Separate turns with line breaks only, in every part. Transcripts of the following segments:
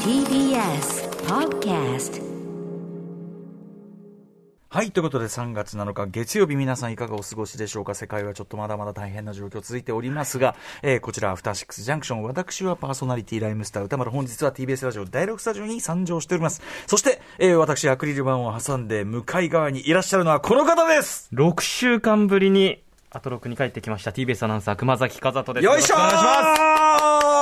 TBS Podcast
はい、ということで3月7日月曜日皆さんいかがお過ごしでしょうか世界はちょっとまだまだ大変な状況続いておりますが、えーこちらアフターシックスジャンクション私はパーソナリティライムスター歌丸本日は TBS ラジオ第6スタジオに参上しております。そして、えー私アクリル板を挟んで向かい側にいらっしゃるのはこの方です
6週間ぶりにアトロクに帰ってきました TBS アナウンサー熊崎和人です
よいしょ
ろくお願いし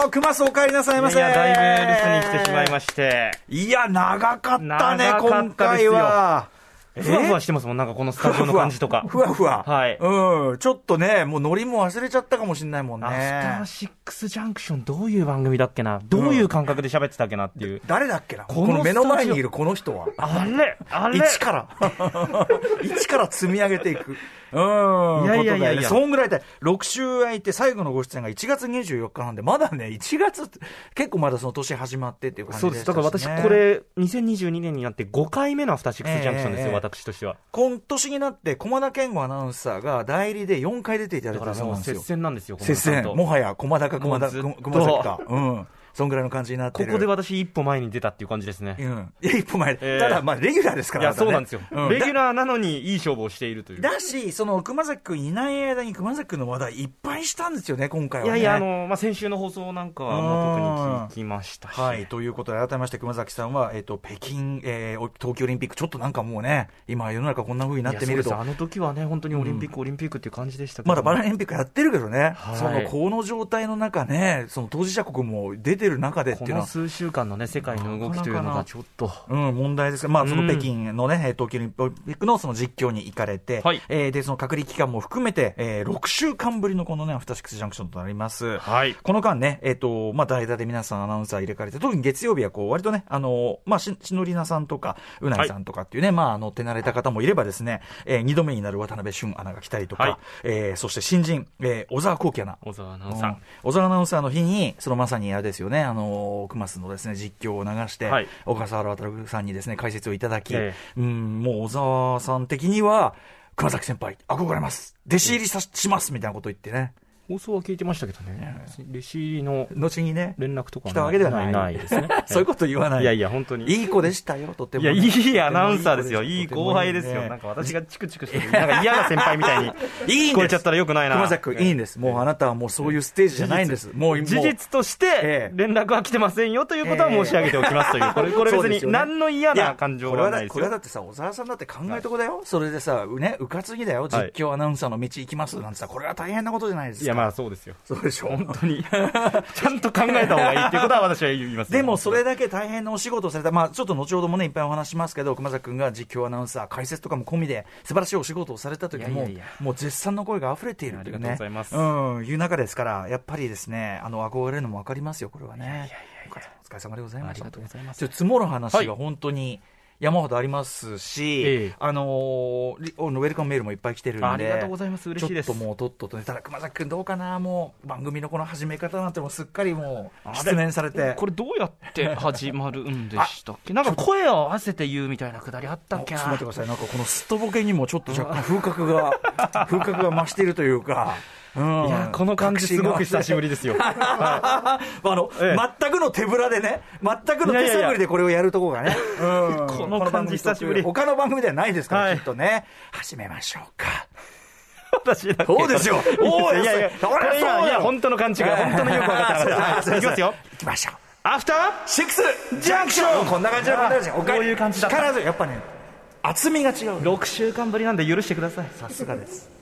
ー熊さんお帰りなさいま
ます
せ
いやいやだいぶ留守に来てしまいまして
いや、長かったね、
長かったですよ
今回は。
ふわふわしてますもんなんかこのスタジオの感じとか
ふわふわ。
はい
うん。ちょっとね、もうノリも忘れちゃったかもしれないもんね。
アフターシックスジャンクションどういう番組だっけなどういう感覚で喋ってたっけなっていう、
誰だっけなこ
この
の目の前
スタジオ
にいるこの 人は。
あれあれ
一から、 一から積み上げていく。うん。
いやいやいや
こと
いや
だよねそんぐらいだ。6週空いて最後のご出演が1月24日なんで、まだね、1月って、結構まだその年始まってっていう感じ
そう
で
で
し
す
た
だ
し
か
ね
ら私こ。れ2022年になって5回目のアフターシックスジャンクションですよ、
ええええ
私としては
今年になって、駒田健吾アナウンサーが代理で4回出ていただい
だか
てる
ら
そう
も
な
う
で
ん
す
接
よ。
戦なんですよこの
接
方
戦。
と
もはや、駒田か駒田、
もうずっ
熊
と
熊崎か。うん。そんぐらいの感じになって
こ
る。
こで私一歩前に出たっていう感じですね
うん。いや、一歩前。
ええ
ただ、まあ、レギュラーですか
い
ら、ま
や
だ
そ
ね
うなんですよ、
うん
レギュラーなのにいい勝負をしているという
だし、その熊崎君いない間に熊崎君の話題いっぱいしたんですよね、今回はいね。
やいや、あの、まあ、先週の放送なんかは、もう特に聞きましたし。
はい、ということで、改めまして熊崎さんは、えっ、と、北京、えーお東京オリンピック、ちょっとなんかもうね、今、世の中こんな風になってみる
い
と
やそうです。あの時はね、本当にオリンピック、オリンピックっていう感じでしたけど。
まだバラエンピックやってるけどね、
はい
そのこの状態の中ね、その当事者国も出てる中でってい
こ
うの
の
は、
数週間のね、世界の動きという
なかな
の
かな
がちょっと。
うん、問題ですが、まあ、その
うん
北京のね、えー東京オリンピックのその実況に行かれて、
はい
えーで、その隔離期間も含めて、えー6週間ぶりのこのね、アフターシックスジャンクションとなります。
はい
この間ね、えっ、と、まあ、代打で皆さんアナウンサー入れ替えて、特に月曜日はこう、割とね、あの、まあ、し、しのりなさんとか、うないさんとかっていうね、まあ、あの、手慣れた方もいればですね、えー、二度目になる渡辺俊アナが来たりとか、
はい
えーそして新人、えー小沢幸喜アナ。
小沢アナウンサー
うん小沢アナウンサーの日に、そのまさにあれですよね、あの、熊須のですね、実況を流して、
はい
小笠原渉さんにですね、解説をいただき、
え
うん、もう小沢さん的には、熊崎先輩、憧れます。弟子入りさししますみたいなこと言ってね。
放送は聞いてましたけどね。レシーの
後にね、
連絡とか
来たわけではない。
ないですね
。そういうこと言わない。
いやいや、本当に。
いい子でしたよ、とても。
いや、いいアナウンサーですよ。いい
とても
後輩ですよ。
ね
なんか私がチクチクしてる、なんか嫌な先輩みたいに
いいん
聞こ
で
え
す。
ちゃったらよくないな。
熊崎君、いいんです。もうあなたはもうそういうステージじゃないんです。もう、もう
事実とし
ええ
て、連絡は来てませんよということは申し上げておきますという、これ、これ
そうです
別
よ
に
ね
何の嫌な感情
いやこれ
は
はだ
ないです
これは
よ。
だってさ、小沢さんだって考えとこだよ。それでさ、ね、うかつぎだよ。実況アナウンサーの道行きますなんてさ、これは大変なことじゃないですか。
いや、まあそうですよ。
そうでしょ。
本当に。ちゃんと考えた方がいいっていうことは私は言いますよ
でもそれだけ大変なお仕事をされた、まあ、ちょっと後ほどもね、いっぱいお話しますけど、熊崎君が実況アナウンサー、解説とかも込みで、素晴らしいお仕事をされた時も、
いやいやいや
もう絶賛の声が溢れているという、ね、
ありがとうございます
うん、いう中ですから、やっぱりですね、あの憧れるのも分かりますよ、これはね。お疲れ様お疲れ様でございました。
ありがとうございます
ちょっと積もる話
は
が
い
本当に山ほどありますし、
ええ
あのーリウェルカムメールもいっぱい来てるんで、
ありがとうございます嬉しいです
ちょっともうとっととね、ただ熊崎君どうかな、もう番組のこの始め方なんてもうすっかりもう、失念されて。
これどうやって始まるんでしたっけ なんか声を合わせて言うみたいなくだりあったっけ
ちょっ
な
と待ってください、なんかこのすっとぼけにもちょっと若干風格が、風格が増しているというか、うん
いや、この感じすごく久しぶりですよ。は
あの、
ええ
全くの手ぶらでね、全くの手探りでこれをやるとこがね、うん
この感じ久しぶり
他の番組ではないですから、
はい
きっとね、始めましょうか。
い 私だけ
そうですよおー
いやいや、
そりゃそう
いやい
よ
や、本当の勘違い、本当のよく分かった 話はい。いきますよ。
行きましょう。
アフター
シックスジャンクションこんな感じの感じおか
こういう感じだった
必ず、やっぱね、厚みが違う。
6週間ぶりなんで許してください
さすがです。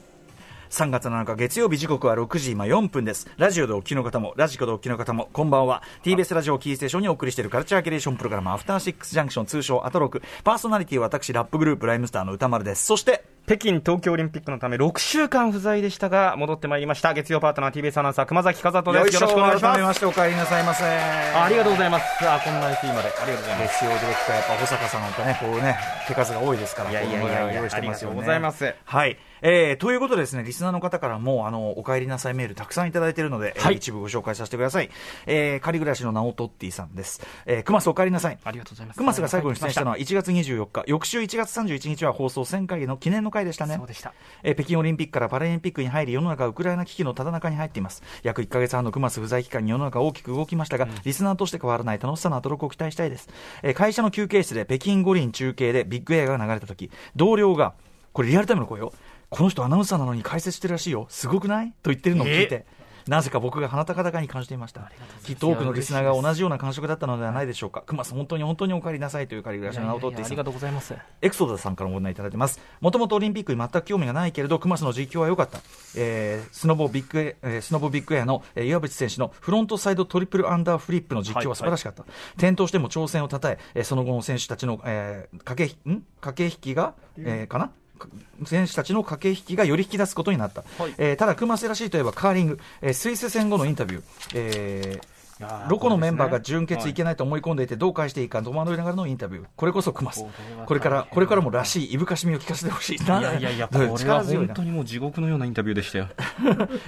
3月7日月曜日時刻は6時今4分です。ラジオでお聞きの方も、ラジコでお聞きの方も、こんばんは。TBS ラジオをキーステーションにお送りしているカルチャーキュレーションプログラム、アフターシックスジャンクション、通称アトロク。パーソナリティは私、ラップグループ、ライムスターの歌丸です。そして、
北京東京オリンピックのため6週間不在でしたが戻ってまいりました月曜パートナー TBS アナウンサー熊崎和人ですよろしくお願いし
改
ま
め
す
ましてお帰りなさいませ。
ああ
あ
りがとうございますあこんな SE までありがとうございます
月曜ディレクター、やっぱ保坂さんなんかね、こうね、手数が多いですから、
いやいやいやいや
このぐら用意してますよね
ありがとうございます
はい。えー、ということでですね、リスナーの方からも、あの、お帰りなさいメールたくさんいただいているので、えー
はい
一部ご紹介させてください。えー、仮暮らしのナオトッティさんです。えー、熊須お帰りなさい。
ありがとうございます
熊須が最後に出演したのは1月24日、翌週1月31日は放送1000回の記念の回でしたね
そうでした
えー北京オリンピックからパラリンピックに入り世の中はウクライナ危機のただ中に入っています約1ヶ月半のクマス不在期間に世の中は大きく動きましたが、リスナーとして変わらない楽しさのアトロクを期待したいです、えー会社の休憩室で北京五輪中継でビッグ映画が流れた時同僚がこれリアルタイムの声よこの人アナウンサーなのに解説してるらしいよすごくないと言ってるのを聞いて、なぜか僕が鼻高々に感じていましたきっと多くのリスナーが同じような感触だったのではないでしょうかクマス本当に本当にお帰りなさいという借り暮らしの名を取ってい
あ
さ
り
ん
がとうございます
エクソダスさんからもお問いただいてます。もともとオリンピックに全く興味がないけれど、クマスの実況は良かった。えースノボビッグエ、えースノボビッグエアの、えー岩渕選手のフロントサイドトリプルアンダーフリップの実況は素晴らしかった。転倒しても挑戦をたたええーその後の選手たちの、えー駆けひ、ん駆け引きが、えーかなか選手たちの駆け引きがより引き出すことになった、
はい
えーただ、熊瀬らしいといえばカーリング、えースイス戦後のインタビュー、えー
やー
ロコのメンバー
これ
が
ですね
準決いけないと思い込んでいて、どう返していいか戸惑いながらのインタビュー、これこそクマス
これは、
これか
大
ら
変、だ
これからもらしいいぶかしみを聞かせてほしい、い
いやいや いや、これは
力強い
本
な
当。にもう地獄のようなインタビューでしたよ。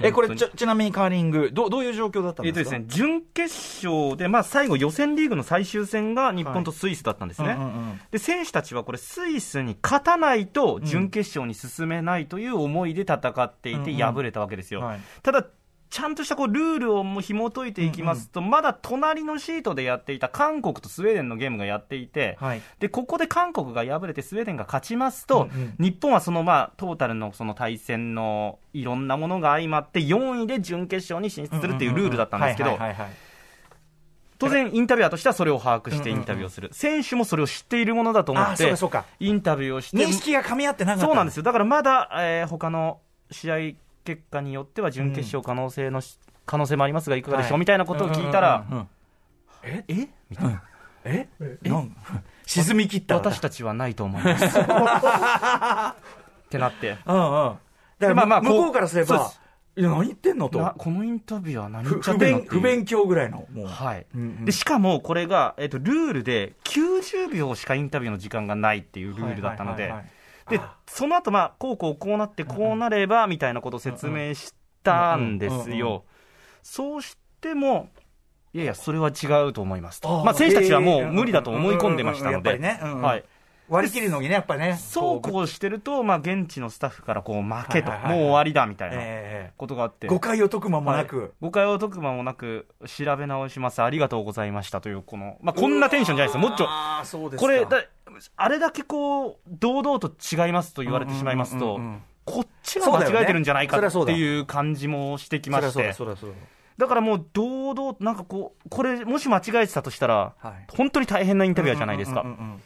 え、これちょ、ちなみにカーリング、どうどういう状況だったん
え
で
っと
す
です
か
ね、準決勝で、まあ、最後、予選リーグの最終戦が日本とスイスだったんですね、
はいうんうんうん
で選手たちはこれ、スイスに勝たないと準決勝に進めないという思いで戦っていて、
うんうん
敗れたわけですよ。
はい
ただちゃんとしたこうルールをもう紐解いていきますと、まだ隣のシートでやっていた韓国とスウェーデンのゲームがやっていて、
はい
でここで韓国が敗れてスウェーデンが勝ちますと、
うんうん
日本はその、まあ、トータルのその対戦のいろんなものが相まって4位で準決勝に進出するっていうルールだったんですけ
はい
ど
はいはいはい
当然インタビュアーとしてはそれを把握してインタビューをする、選手もそれを知っているものだと思
あ
っ
そう
て
かそうか
インタビューをして
認識が噛み合ってな かった。
そうなんですよだからまだ、えー他の試合結果によっては準決勝可能性のし、可能性もありますがいかがでしょう、
はい
みたいなことを聞いたら、
うんうんうん
えみたいな
えなん沈み切った。
私たちはないと思います ってなって
うんうん。だから
まあまあ
向
こう
こうからすれ
そうで
ば
す、
いや、何言ってんの
な
と。
このインタビューは何言
ふ
っちゃっ
不
てんの
勉、
ってい
不
う
勉強ぐらいの、もう。
はい、
うんうん
でしかもこれが、えっとルールで90秒しかインタビューの時間がないっていうルールだったの
はい
で
はいはいはい
でその後、まあこうこうこうなってこうなればみたいなことを説明したんです
うんうんうんうん
よそうしてもいやいやそれは違うと思いますと
あー
まあ、選手たちはもう無理だと思い込んでましたの
うんうんうんうんや
で
っぱりねうんうん
はい
割り切るのにね、やっぱりね。
そうこうしてると、まあ、現地のスタッフからこう負けと
はい
も
はいはいう
終わりだみたいな
え
ことがあって
え誤解を解く間もなく。
誤解を解く間もなく調べ直しますありがとうございましたというこの、まあ、こんなテンションじゃないですよもっちょ
ああ、そうですか
これだあれだけこう堂々と違いますと言われてしまいますと
うんうんうんうん
こっちが間違えてるんじゃないか
そうだよねそりゃそうだ
っていう感じもしてきまし
そりゃ
て
そうだ、そうだ、そう
だからもう堂々なんかこうこれもし間違えてたとしたら
はい
本当に大変なインタビュアーじゃないで
う
す
んうん
か
うんうん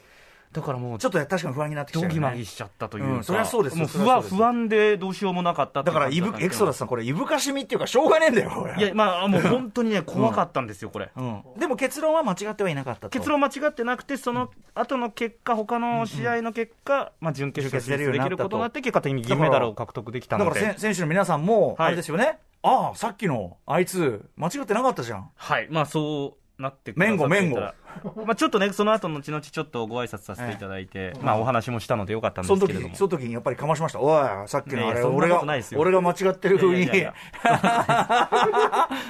だからもう
ちょっと確かに不安になってき
ド
ちゃう
ギ
よ
マ
ね
ギ。しちゃったという
う
か
んそりゃそうですよ
もう
そり
不
ゃ
安
そうです
不安でどうしようもなかったって
だ
いう
から
感じ
い
だったん
ぶ、エ
ですけど
クソダスさん、これ、いぶかしみっていうか、しょうがねえんだよ、これ。
いやまあもう本当にね怖かったんですよこれ
うん、でも結論は間違ってはいなかったと。
結論間違ってなくて、その後の結果、他の試合の結果、まあ、準決
準決
勝
勝
進
出るよう
出
に
で
なった
き
と
ることになって、結果的に銀メダルを獲得できた
だ
の
か
で、
らせん選手の皆さんも、
はい
あれですよね、ああ、さっきのあいつ、間違ってなかったじゃん。
はいまあ、そうなってくださっていたら
メンゴメ
まあ、ちょっとね、その後後々ちょっとご挨拶させていただいて、まあ、お話もしたのでよかったん
そ
で
の
すけ
時
れども、
その時にやっぱりかましました、おい、さっきのあ
い
れ、
やいやそんな
俺
こ
が
とないです、よ
俺が間違ってる風
い
に
やいやいや、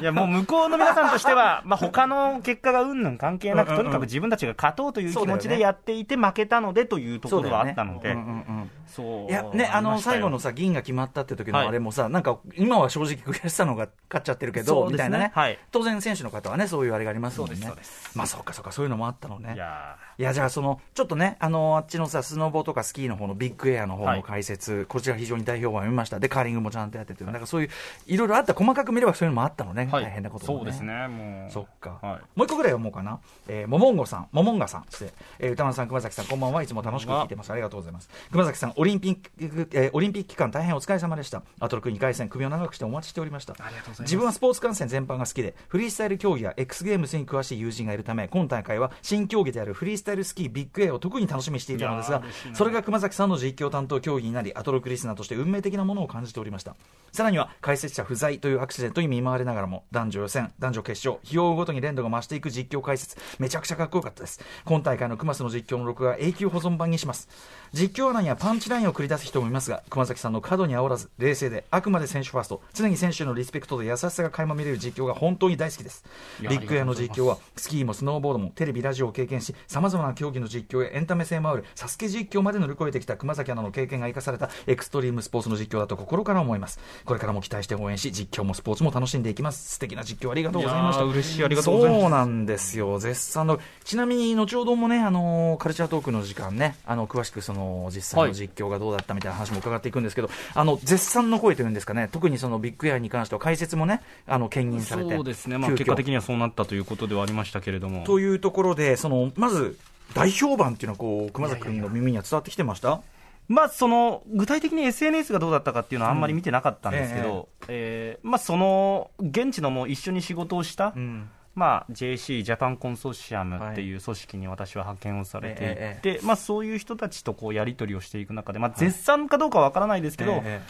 いやもう向こうの皆さんとしては、まあ他の結果がうんぬん関係な
うんう
く、
んう
と
ん
にかく自分たちが勝とうという
そう
気
だよ
持
ね
ちでやっていて、負けたのでというところはあったの
う
で
んう、んうん
そう
いやね、あ
り
の
ましたよ
最後のさ、銀が決まったって時の
はい
あれもさ、なんか今は正直悔しさの方が勝っちゃってるけど、
そう
み
です
た
ね
いなね、
はい
当然選手の方はね、そういうあれがありますもんね。
そうですそうです
まあ、そうか、そうか、そういうのもあったのね。
い
いや
やー
じゃあ、その、ちょっとね、あの、あっちのさ、スノボとかスキーの方のビッグエアの方
は
の
い
解説、こちら非常に代表版を見ました。で、カーリングもちゃんとやってて、なんかそういう、いろいろあった、細かく見ればそういうのもあったのね、
はい
大変なことも
そうですねもう
そっか、
はい
もう一個ぐらい読もうかな、えー、モモンゴさん、モモンガさん、失礼えー歌丸さん、熊崎さん、こんばんはいつも楽しく聞いてます、ありがとうございます、熊崎さん、オリンピック、えーオリンピック期間、大変お疲れ様でした、アトロク2回戦、首を長くしてお待ちしておりました、自分はスポーツ観戦全般が好きで、フリースタイル競技や X ゲームズに詳しい友人がいるため、今大会は新競技であるフリースタイルスキービッグ A を特に楽しみにしていたのですが、それが熊崎さんの実況担当競技になり、アトロクリスナーとして運命的なものを感じておりました。さらには解説者不在というアクシデントに見舞われながらも男女予選、男女決勝、日を追うごとに連度が増していく実況解説、めちゃくちゃかっこよかったです。今大会の熊瀬の実況の録画は永久保存版にします。実況欄やパンチラインを繰り出す人もいますが、熊崎さんの過度に煽らず、冷静で、あくまで選手ファースト、常に選手へのリスペクトと優しさが垣間見れる実況が本当に大好きです。ビッグエアの実況は、スキーもスノーボードもテレビ、ラジオを経験し、さまざまな競技の実況やエンタメ性もある、サスケ実況まで乗り越えてきた熊崎アナの経験が生かされたエクストリームスポーツの実況だと心から思います。これからも期待して応援し、実況もスポーツも楽しんでいきます。素敵な実況ありがとうございました。
いやー嬉しいありがとうございます
そうなんですよ、絶賛の、ちなみに後ほどもね、あのーカルチャートークの時間ね、あの詳しくその実際
は
の
い
実況がどうだったみたいな話も伺っていくんですけど、あの絶賛の声というんですかね、特にそのビッグエアに関しては解説もね、あの兼任されて、
そうですね、まあ、
急遽
結果的にはそうなったということではありましたけれども、
というところで、そのまず大評判っていうのはこう、熊崎君の耳には伝わってきてました
まあ、その具体的に SNS がどうだったかっていうのはあんまり見てなかったんですけ
うん
ど、えーまあ、その現地のもう一緒に仕事をした、
うん
まあ、JC ・ジャパンコンソーシアムっていう組織に私は派遣をされていて、
え
まあ、そういう人たちとこうやり取りをしていく中で、まあ、絶賛かどうかは分からないですけど、
え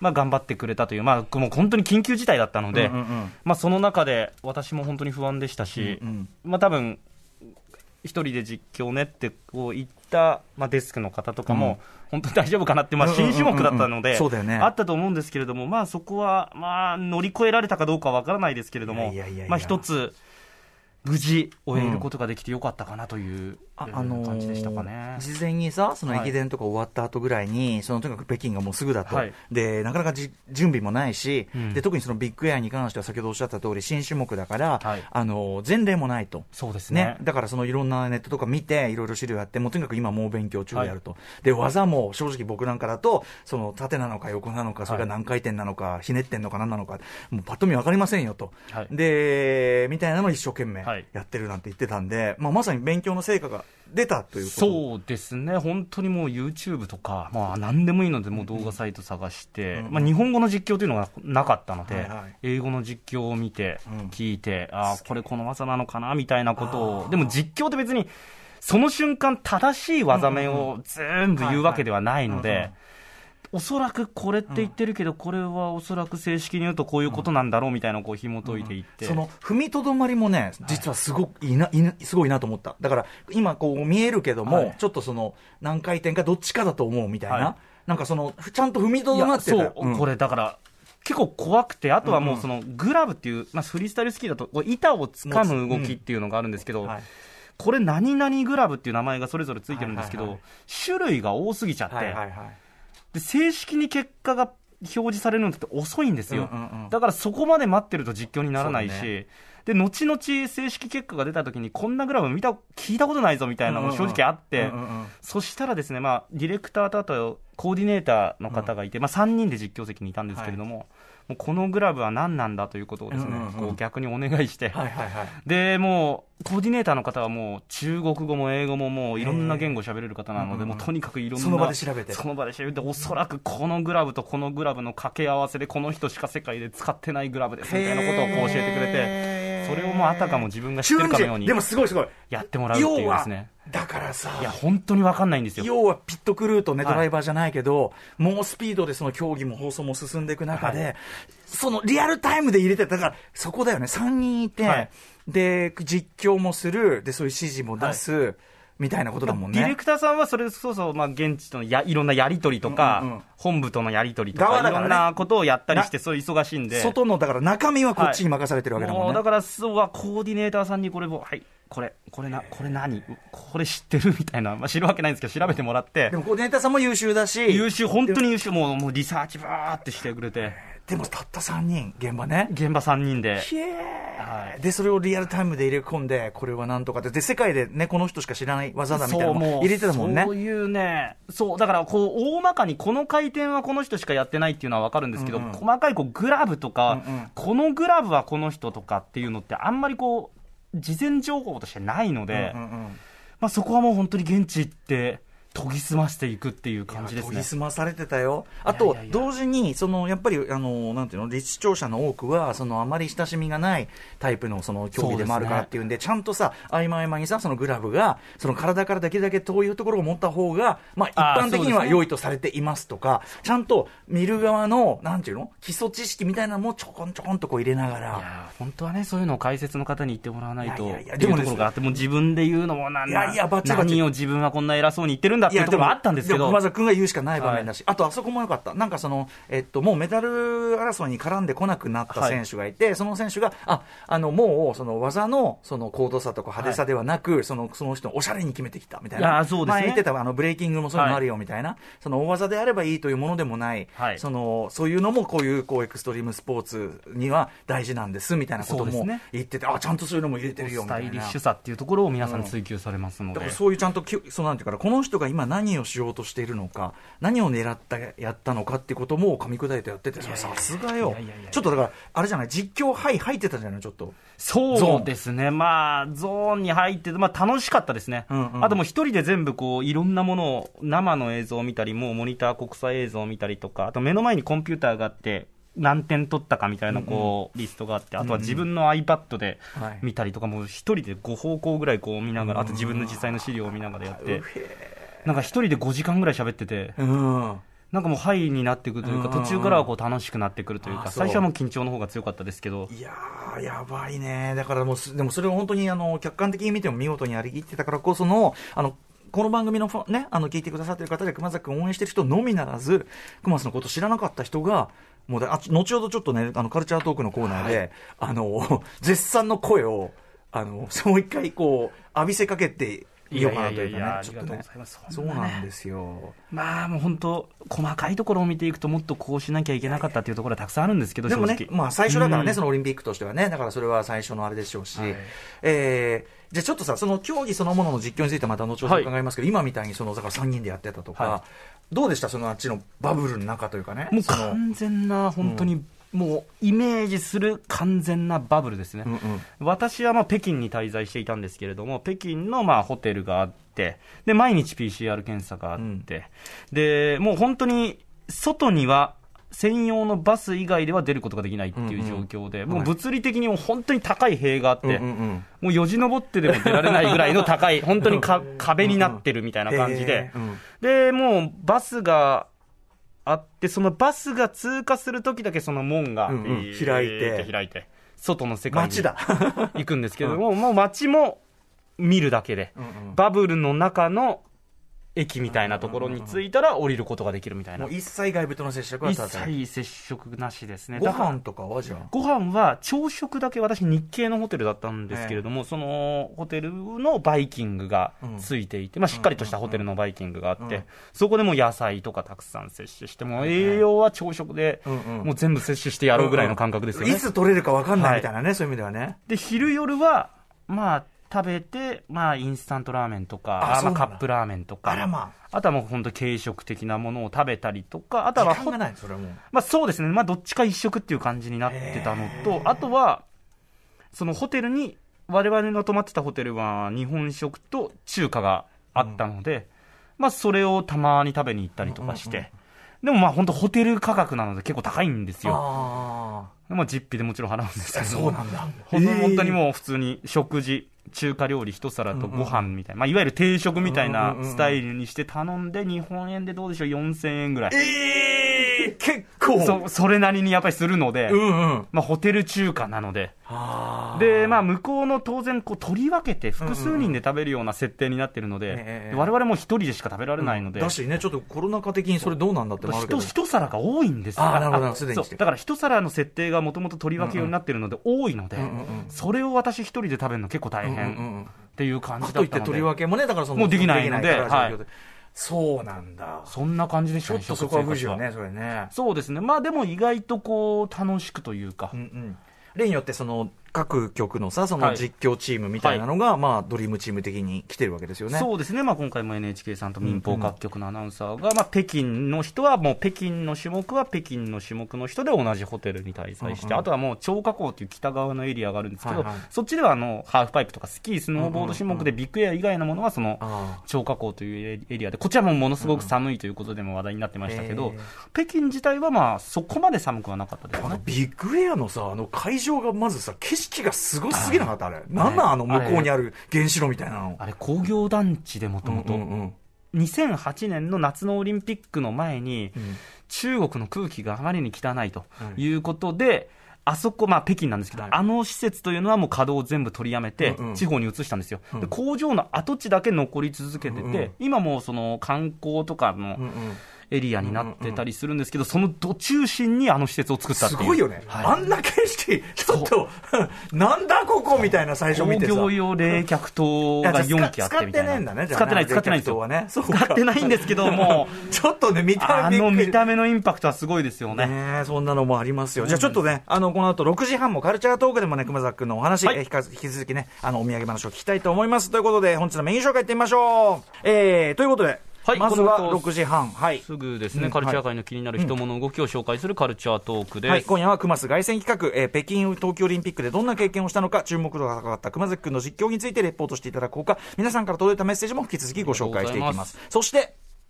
まあ、頑張ってくれたという、まあ、もう本当に緊急事態だったの
え
で、
うんうん
まあ、その中で私も本当に不安でしたし、
うんうん
まあ多分一人で実況ねってこう言った、まあ、デスクの方とかも、本当に大丈夫かなって、まあ、
うんうんうんうん
新種目だったので、
そうだよね
あったと思うんですけれども、まあ、そこは、まあ、乗り越えられたかどうかわからないですけれど
いや
も
いやいやいや、
まあ一つ、無事終えることができてよかったかなという、
あ
うん
あのー
感じでしたかね。
事前にさ、その
はい
駅伝とか終わった後ぐらいに、そのとにかく北京がもうすぐだと、
はい
でなかなかじ準備もないし、
うん
で、特にそのビッグエアに関しては、先ほどおっしゃった通り、新種目だから、
はい
あのー前例もないと。
そうです
ね
ね、
だからそのいろんなネットとか見て、いろいろ資料やって、もうとにかく今、もう勉強中でやると、で技も正直、僕なんかだと、その縦なのか横なのか、それが何回転なのか、ひねってんのか、なんなのか、もうパッと見分かりませんよと、
はい
でみたいなのを一生懸命
はい
やってるなんて言ってたんで、まあ、まさに勉強の成果が出たということ
そうですね、本当にもう YouTube とか、まあ、何でもいいので、もう動画サイト探して、
うん
まあ、日本語の実況というのがなかったので、
はいはい
英語の実況を見て
うん、
聞いて、ああ、これこの技なのかなみたいなこと
あ
を、
ー
でも実況って別に、その瞬間、正しい技名を全部言うわけではないの
はいはい
で、おそらくこれって言ってるけど、これはおそらく正式に言うとこういうことなんだろうみたいなのをこう紐解いていって。
その踏みとどまりもね、実はすごくいいな、いいなすごいなと思った。だから、今こう見えるけども、
はい
ちょっとその、何回転かどっちかだと思うみたいな、
はい
なんかその、ちゃんと踏みと
い
どま
や
ってた
そ
よ
う、
うん
これだから結構怖くてあとはもうそのグラブっていう、まあ、フリースタイルスキーだとこう板を掴む動きっていうのがあるんですけど、
はい
これ何々グラブっていう名前がそれぞれついてるんですけど、
はいはい
種類が多すぎちゃって、
はいはいはい。
で正式に結果が表示されるのって遅いんですよ、
うんうんうん
だからそこまで待ってると実況にならないし、
そうだ
で後々正式結果が出た時にこんなグラブ見た聞いたことないぞみたいなのも正直あって、
うんうんうん
そしたらですね、まあ、ディレクターとあとコーディネーターの方がいて、まあ、3人で実況席にいたんですけれども、もうこのグラブは何なんだということをですね、
うんうんうん
こう逆にお願いして、
はいはいはい。
でもうコーディネーターの方はもう中国語も英語ももういろんな言語喋れる方なので、
ええ
もうとにかくいろんな
その場で調べて
その場で調べておそらくこのグラブとこのグラブの掛け合わせでこの人しか世界で使ってないグラブですみたいなことをこう教えてくれて。
へー
それをもうあたかも自分が知ってるかのよう
瞬時
に
でもすごいすごい。
やってもらうっていうですね
要はだからさ、
いや本当に分かんないんですよ
要はピットクルーとね、
はい
ドライバーじゃないけど、猛スピードでその競技も放送も進んでいく中で、
は
そのリアルタイムで入れて、だからそこだよね、3人いて、
はい
で、実況もする、で、そういう指示も出す、みたいなことだもん
ディレ
ね。
クターさんはそれこそ、まあ、現地とのやいろんなやり取りとか、
うんうんうん
本部とのやり取りとか
側だ
い
から
ろ
ね
んなことをやったりしてそう忙しいんで
外の、だから中身はこっちに任されてるわけだもんね。
うだからそうはコーディネーターさんにこれもはいこれこれなこれ何これ知ってるみたいな、まあ、知るわけないんですけど調べてもらって
でも、コーディネーターさんも優秀だし、
優秀本当に優秀もうもうリサーチバーってしてくれて
でも、たった3人、現場ね。
現場3人で
ひえー
はい
で、それをリアルタイムで入れ込んで、これはなんとかって、で、世界でね、この人しか知らない技だみたいなのも入れてたもんね。
そういうね、そう、だからこう、大まかにこの回転はこの人しかやってないっていうのはわかるんですけど、
うんうん
細かいこうグラブとか、
うんうん
このグラブはこの人とかっていうのって、あんまりこう、事前情報としてないので、
うんうんうん
まあ、そこはもう本当に現地行って、研ぎ澄ましていくっていう感じです
研
ね
ぎ。澄まされてたよ。あと
いやいやい、や
同時に、その、やっぱり、あの、なんていうの、立視聴者の多くは、その、あまり親しみがないタイプの、その、競技でもあるからっていうんで、ちゃんとさ、合間合間にさ、そのグラブが、その、体からできるだけ遠いところを持った方が、まあ、
あ
一
ー
般的
そう
に
です
は
ね
良いとされていますとか、ちゃんと、見る側の、なんていうの、基礎知識みたいなのもちょこんちょこんとこう入れなが
い
ら、
やー本当はね、そういうのを解説の方に言ってもらわないと
いや
っ
いやいや
て
で
いう
も
と
ね
ころがあって、もう自分で言うのもなん
いやいやバチバチ
何を自分はこんな偉そうに言ってるんだっていうところもあったんですけ
でも
ど、
熊崎君が言うしかない場面だし、あとあそこも良かった、なんかその、えっと、もうメダル争いに絡んでこなくなった選手がいて、その選手が、ああのもうその技のその高度差とか派手さではなく、そのその人のおしゃれに決めてきたみたい
い
な、
やそうですね
前言ってたあのブレイキングもそういうのあるよみたいな、その大技であればいいというものでもない、
はい
そのそういうのもこういうこうエクストリームスポーツには大事なんですみたいなこと
そうです
も
ね
言ってて、あちゃんとそういうのも入れてるよ
ス
み
タ
た
イ
い
リ
な
ッ。シュさっていうところを皆さん追求されますの
だか
で、
らそういうちゃんときそうなんていうからこの人が今何をしようとしているのか何を狙ったやったのかっていうことも噛み砕いてやっててそれさすが
い
よ
やいやいやいや
ちょっとだからあれじゃない実況はい入ってたじゃないのちょっとゾー
そ
ン
うですね、まあ、ゾーンに入ってて、まあ、楽しかったですね、
うんうん
あともう一人で全部こう、いろんなものを、生の映像を見たり、もうモニター、国際映像を見たりとか、あと目の前にコンピューターがあって、何点取ったかみたいなこう、リストがあって、あとは自分の iPad で
はい
見たりとか、もう一人で5方向ぐらいこう見ながら、あと自分の実際の資料を見ながらやって、なんか一人で5時間ぐらい喋ってて。
うん
なんかもうハイになっていくという
う
か、
んうんうん
途中からはこう楽しくなってくるという
あー
か、
そう
最初はもう緊張の方が強かったですけど、
いやー、やばいね。だからもうす、でもそれを本当に、あの、客観的に見ても見事にやりきってたからこその、あの、この番組のファンね、あの、聞いてくださってる方で熊崎君を応援してる人のみならず、熊さんのこと知らなかった人が、もうだあ、後ほどちょっとね、あの、カルチャートークのコーナーで、あの、 絶賛の声を、あの、もう一回こう、浴びせかけていようかなという
いやいやい
か
や
ね、ちょっと
あり
ね
がとうございます。
そうなんですよ。
まあもう本当、細かいところを見ていくと、もっとこうしなきゃいけなかったっていうところはたくさんあるんですけど、
でもね
正、直
まあ、最初だからね、
うん
そのオリンピックとしてはね、だからそれは最初のあれでしょうし、
はい
えーじゃあちょっとさ、その競技そのものの実況についてまた後ほど
はい
伺いますけど、今みたいにそのだから3人でやってたとか、
は
どうでした、そのあっちのバブルの中というかね、
もう
その
完全な、本当に、もうイメージする完全なバブルですね。
うんうん
私はまあ北京に滞在していたんですけれども、北京のまあホテルがあって、で、毎日 PCR 検査があって、
うん
で、もう本当に、外には、専用のバス以外では出ることができないっていう状況で、
ん
もう物理的にもう本当に高い塀があって、
うんうん
もうよじ登ってでも出られないぐらいの 高い、本当にか壁になってるみたいな感じで
へーうん、
で、もうバスがあって、そのバスが通過するときだけその門が、
うんうん
ビーッ
開いて
開いて、外の世界に
街だ、
行くんですけども、もう街も見るだけで、バブルの中の駅みたいなところに着いたら降りることができるみたい
も
な
う。一切外部との接触は
一
させない
切接触なしですね。
ご
だから
飯とかはじゃあ、
ご飯は朝食だけ私日系のホテルだったんですけれども、そのホテルのバイキングがついていて、まあしっかりとしたホテルのバイキングがあって、
うん
そこでもう野菜とかたくさん摂取して、もう栄養は朝食で、
うんうん
もう全部摂取してやろうぐらいの感覚ですよね。
いつ取れるか分かんないみたいなね、そういう意味ではね。
で昼夜はまあ食べて、まあ、インスタントラーメンと
あ
か、
そ
ま
う
あ、
なん
カ
だ
ップラーメンとか、
あらま
あとはもう本当軽食的なものを食べたりとか、あと
時
は
間がない、それはもう。
まあそうですね、まあどっちか一食っていう感じになってたのと、あとは、そのホテルに、我々の泊まってたホテルは日本食と中華があったので、まあそれをたまに食べに行ったりとかして、でもまあ本当ホテル価格なので結構高いんですよ。
あ
まあ実費でもちろん払うんですけ
あ、
ど。
そうなんだ。
ほんの本当に
う、
もう普通に食事、中華料理一皿とご飯みたいな、まあいわゆる定食みたいなスタイルにして頼んで、日本円でどうでしょう、4000円ぐらい。
えー、結構。
そそれなりにやっぱりするので、
うんうん。
まあ、ホテル中華なので、
あー
でまあ、向こうの当然こう、取り分けて複数人で食べるような設定になってるの
えええ
で、
え
で我々も一人でしか食べられないので、
だしね、ちょっとコロナ禍的にそれどうなんだってのもあるけ
一
ど。
一皿が多いんですよ
あーなるほどなるほどすでに
そうだから一皿の設定がもともと取り分けようになってるので、多いので、
んうん
それを私一人で食べるの結構大
うんうんうん
変っていう感
か
じだ
と
っ
いったて
ので、
取り分けもね、だからその、
もうできないので
から状況
はい
そうなんだ。
そんな感じでし
ち
た
ょ
ね
っとそこは
食生活
不自由ね、それね。
そうですね、まあでも意外とこう楽しくというか、
うんうん。例によって、その、各局のさ、そ
は
の
い
実況チームみたいなのが、まあ、ドリームチーム的に来てるわけですよね。
そうですね、まあ、今回も NHK さんと民放各局のアナウンサーが、まあ、北京の人はもう北京の種目は北京の種目の人で同じホテルに滞在して、
うんうん
あとはもう張家口という北側のエリアがあるんですけど、
はいはい
そっちではあのハーフパイプとかスキー、スノーボード種目でビッグエア以外のものはその
ああ
張家口というエリアで、こっちはもうものすごく寒いということでも話題になってましたけど、
ええ
北京自体はまあそこまで寒くはなかったです
あの
ね。
ビッグエアのさ、あの会場がまずさ、景色がすごすぎなかった、あれ。なんなんあの向こうにある原子炉みたいなの。
あれ工業団地でもともと、
うんうんうん
2008年の夏のオリンピックの前に、中国の空気があまりに汚いということで、あそこ、まあ、北京なんですけど、
はい
あの施設というのはもう稼働を全部取りやめて、
うんうん
地方に移したんですよ、
うん
で工場の跡地だけ残り続けてて、
うんうん
今もうその観光とかの
うんうん
エリアになってたりするんですけど、そのど中心にあの施設を作ったって
す
いう。
ごいよね、
はい
あんな景色、ちょっと、 なんだここみたいな、最初見
工
てさ。
業用冷却灯が4機あってみたいな。
いやじゃあ
使ってない、
使
使
っ
ってて
な
ないい
んだじゃあ冷却
んですよ。
灯はねそうか
使ってないんですけども、
ちょっとね、見た
あ
目
の
びっくり
見た目のインパクトはすごいですよね。
ねえ、そんなのもありますよ。じゃあちょっとね、あの、この後6時半もカルチャートークでもね、熊崎くんのお話、
はい
え引か引き続きね、あの、お土産話を聞きたいと思います。ということで、本日のメイン紹介いってみましょう。えー、ということで、
はい
まずは
この後
6時半。はい。
すぐです
う
ね、
ん
カルチャー界の気になる人物の動きを紹介するカルチャートーク
は
で
い、
す。
今夜は熊須凱旋企画、えー北京冬季オリンピックでどんな経験をしたのか、注目度が高かった熊崎くんの実況についてレポートしていただこうか、皆さんから届いたメッセージも引き続きご紹介していきます。
ありがとうございます
そして、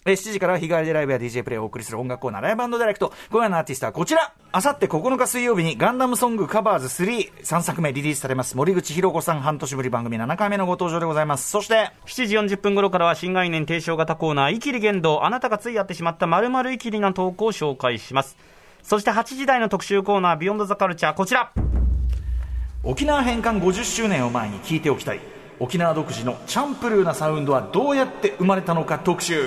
えー7時からは日帰りでライブや DJ プレイをお送りする音楽コーナーライブディレクト。今夜のアーティストはこちら。あさって9日水曜日にガンダムソングカバーズ3、3作目リリースされます。森口博子さん半年ぶり番組7回目のご登場でございます。そして、
7時40分頃からは新概念提唱型コーナー、イキリ言動、あなたがついやってしまった〇〇イキリな投稿を紹介します。そして8時台の特集コーナー、ビヨンドザカルチャー、こちら。
沖縄返還50周年を前に聞いておきたい。沖縄独自のチャンプルーなサウンドはどうやって生まれたのか特集。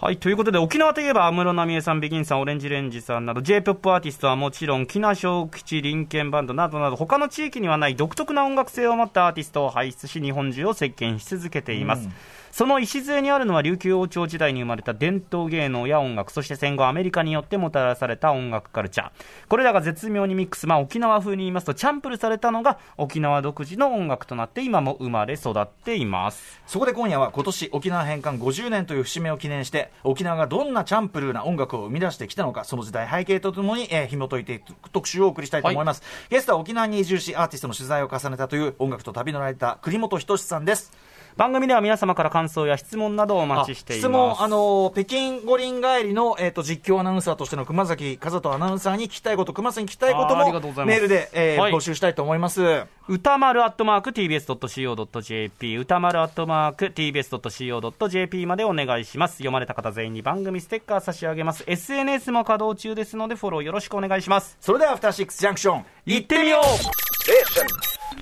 はい、ということで、沖縄といえば、安室奈美恵さん、ビギンさん、オレンジレンジさんなど、J-POP アーティストはもちろん、木梨正吉、林ンバンドなどなど、他の地域にはない独特な音楽性を持ったアーティストを輩出し、日本中を席巻し続けています。その礎にあるのは琉球王朝時代に生まれた伝統芸能や音楽そして戦後アメリカによってもたらされた音楽カルチャーこれらが絶妙にミックス、まあ、沖縄風に言いますとチャンプルされたのが沖縄独自の音楽となって今も生まれ育っています
そこで今夜は今年沖縄返還50年という節目を記念して沖縄がどんなチャンプルーな音楽を生み出してきたのかその時代背景とともに、えー、紐解いていく特集をお送りしたいと思います、ゲストは沖縄に移住しアーティストの取材を重ねたという音楽と旅のライター栗本仁さんです
番組では皆様から感想や質問などをお
あ
待ちしています
質問あのー北京五輪帰りの、えー、と実況アナウンサーとしての熊崎和人アナウンサーに聞きたいこと熊さんに聞きたいこと
あーありがとうござ
も
いま
メ
す
ールで、えー
はい
募集したいと思います
歌丸アットマーク tbs.co.jp 歌丸アットマーク tbs.co.jp までお願いします読まれた方全員に番組ステッカー差し上げます SNS も稼働中ですのでフォローよろしくお願いします
それでは「アフターシックスジャンクション」
行ってみよう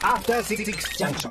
After Six Junction.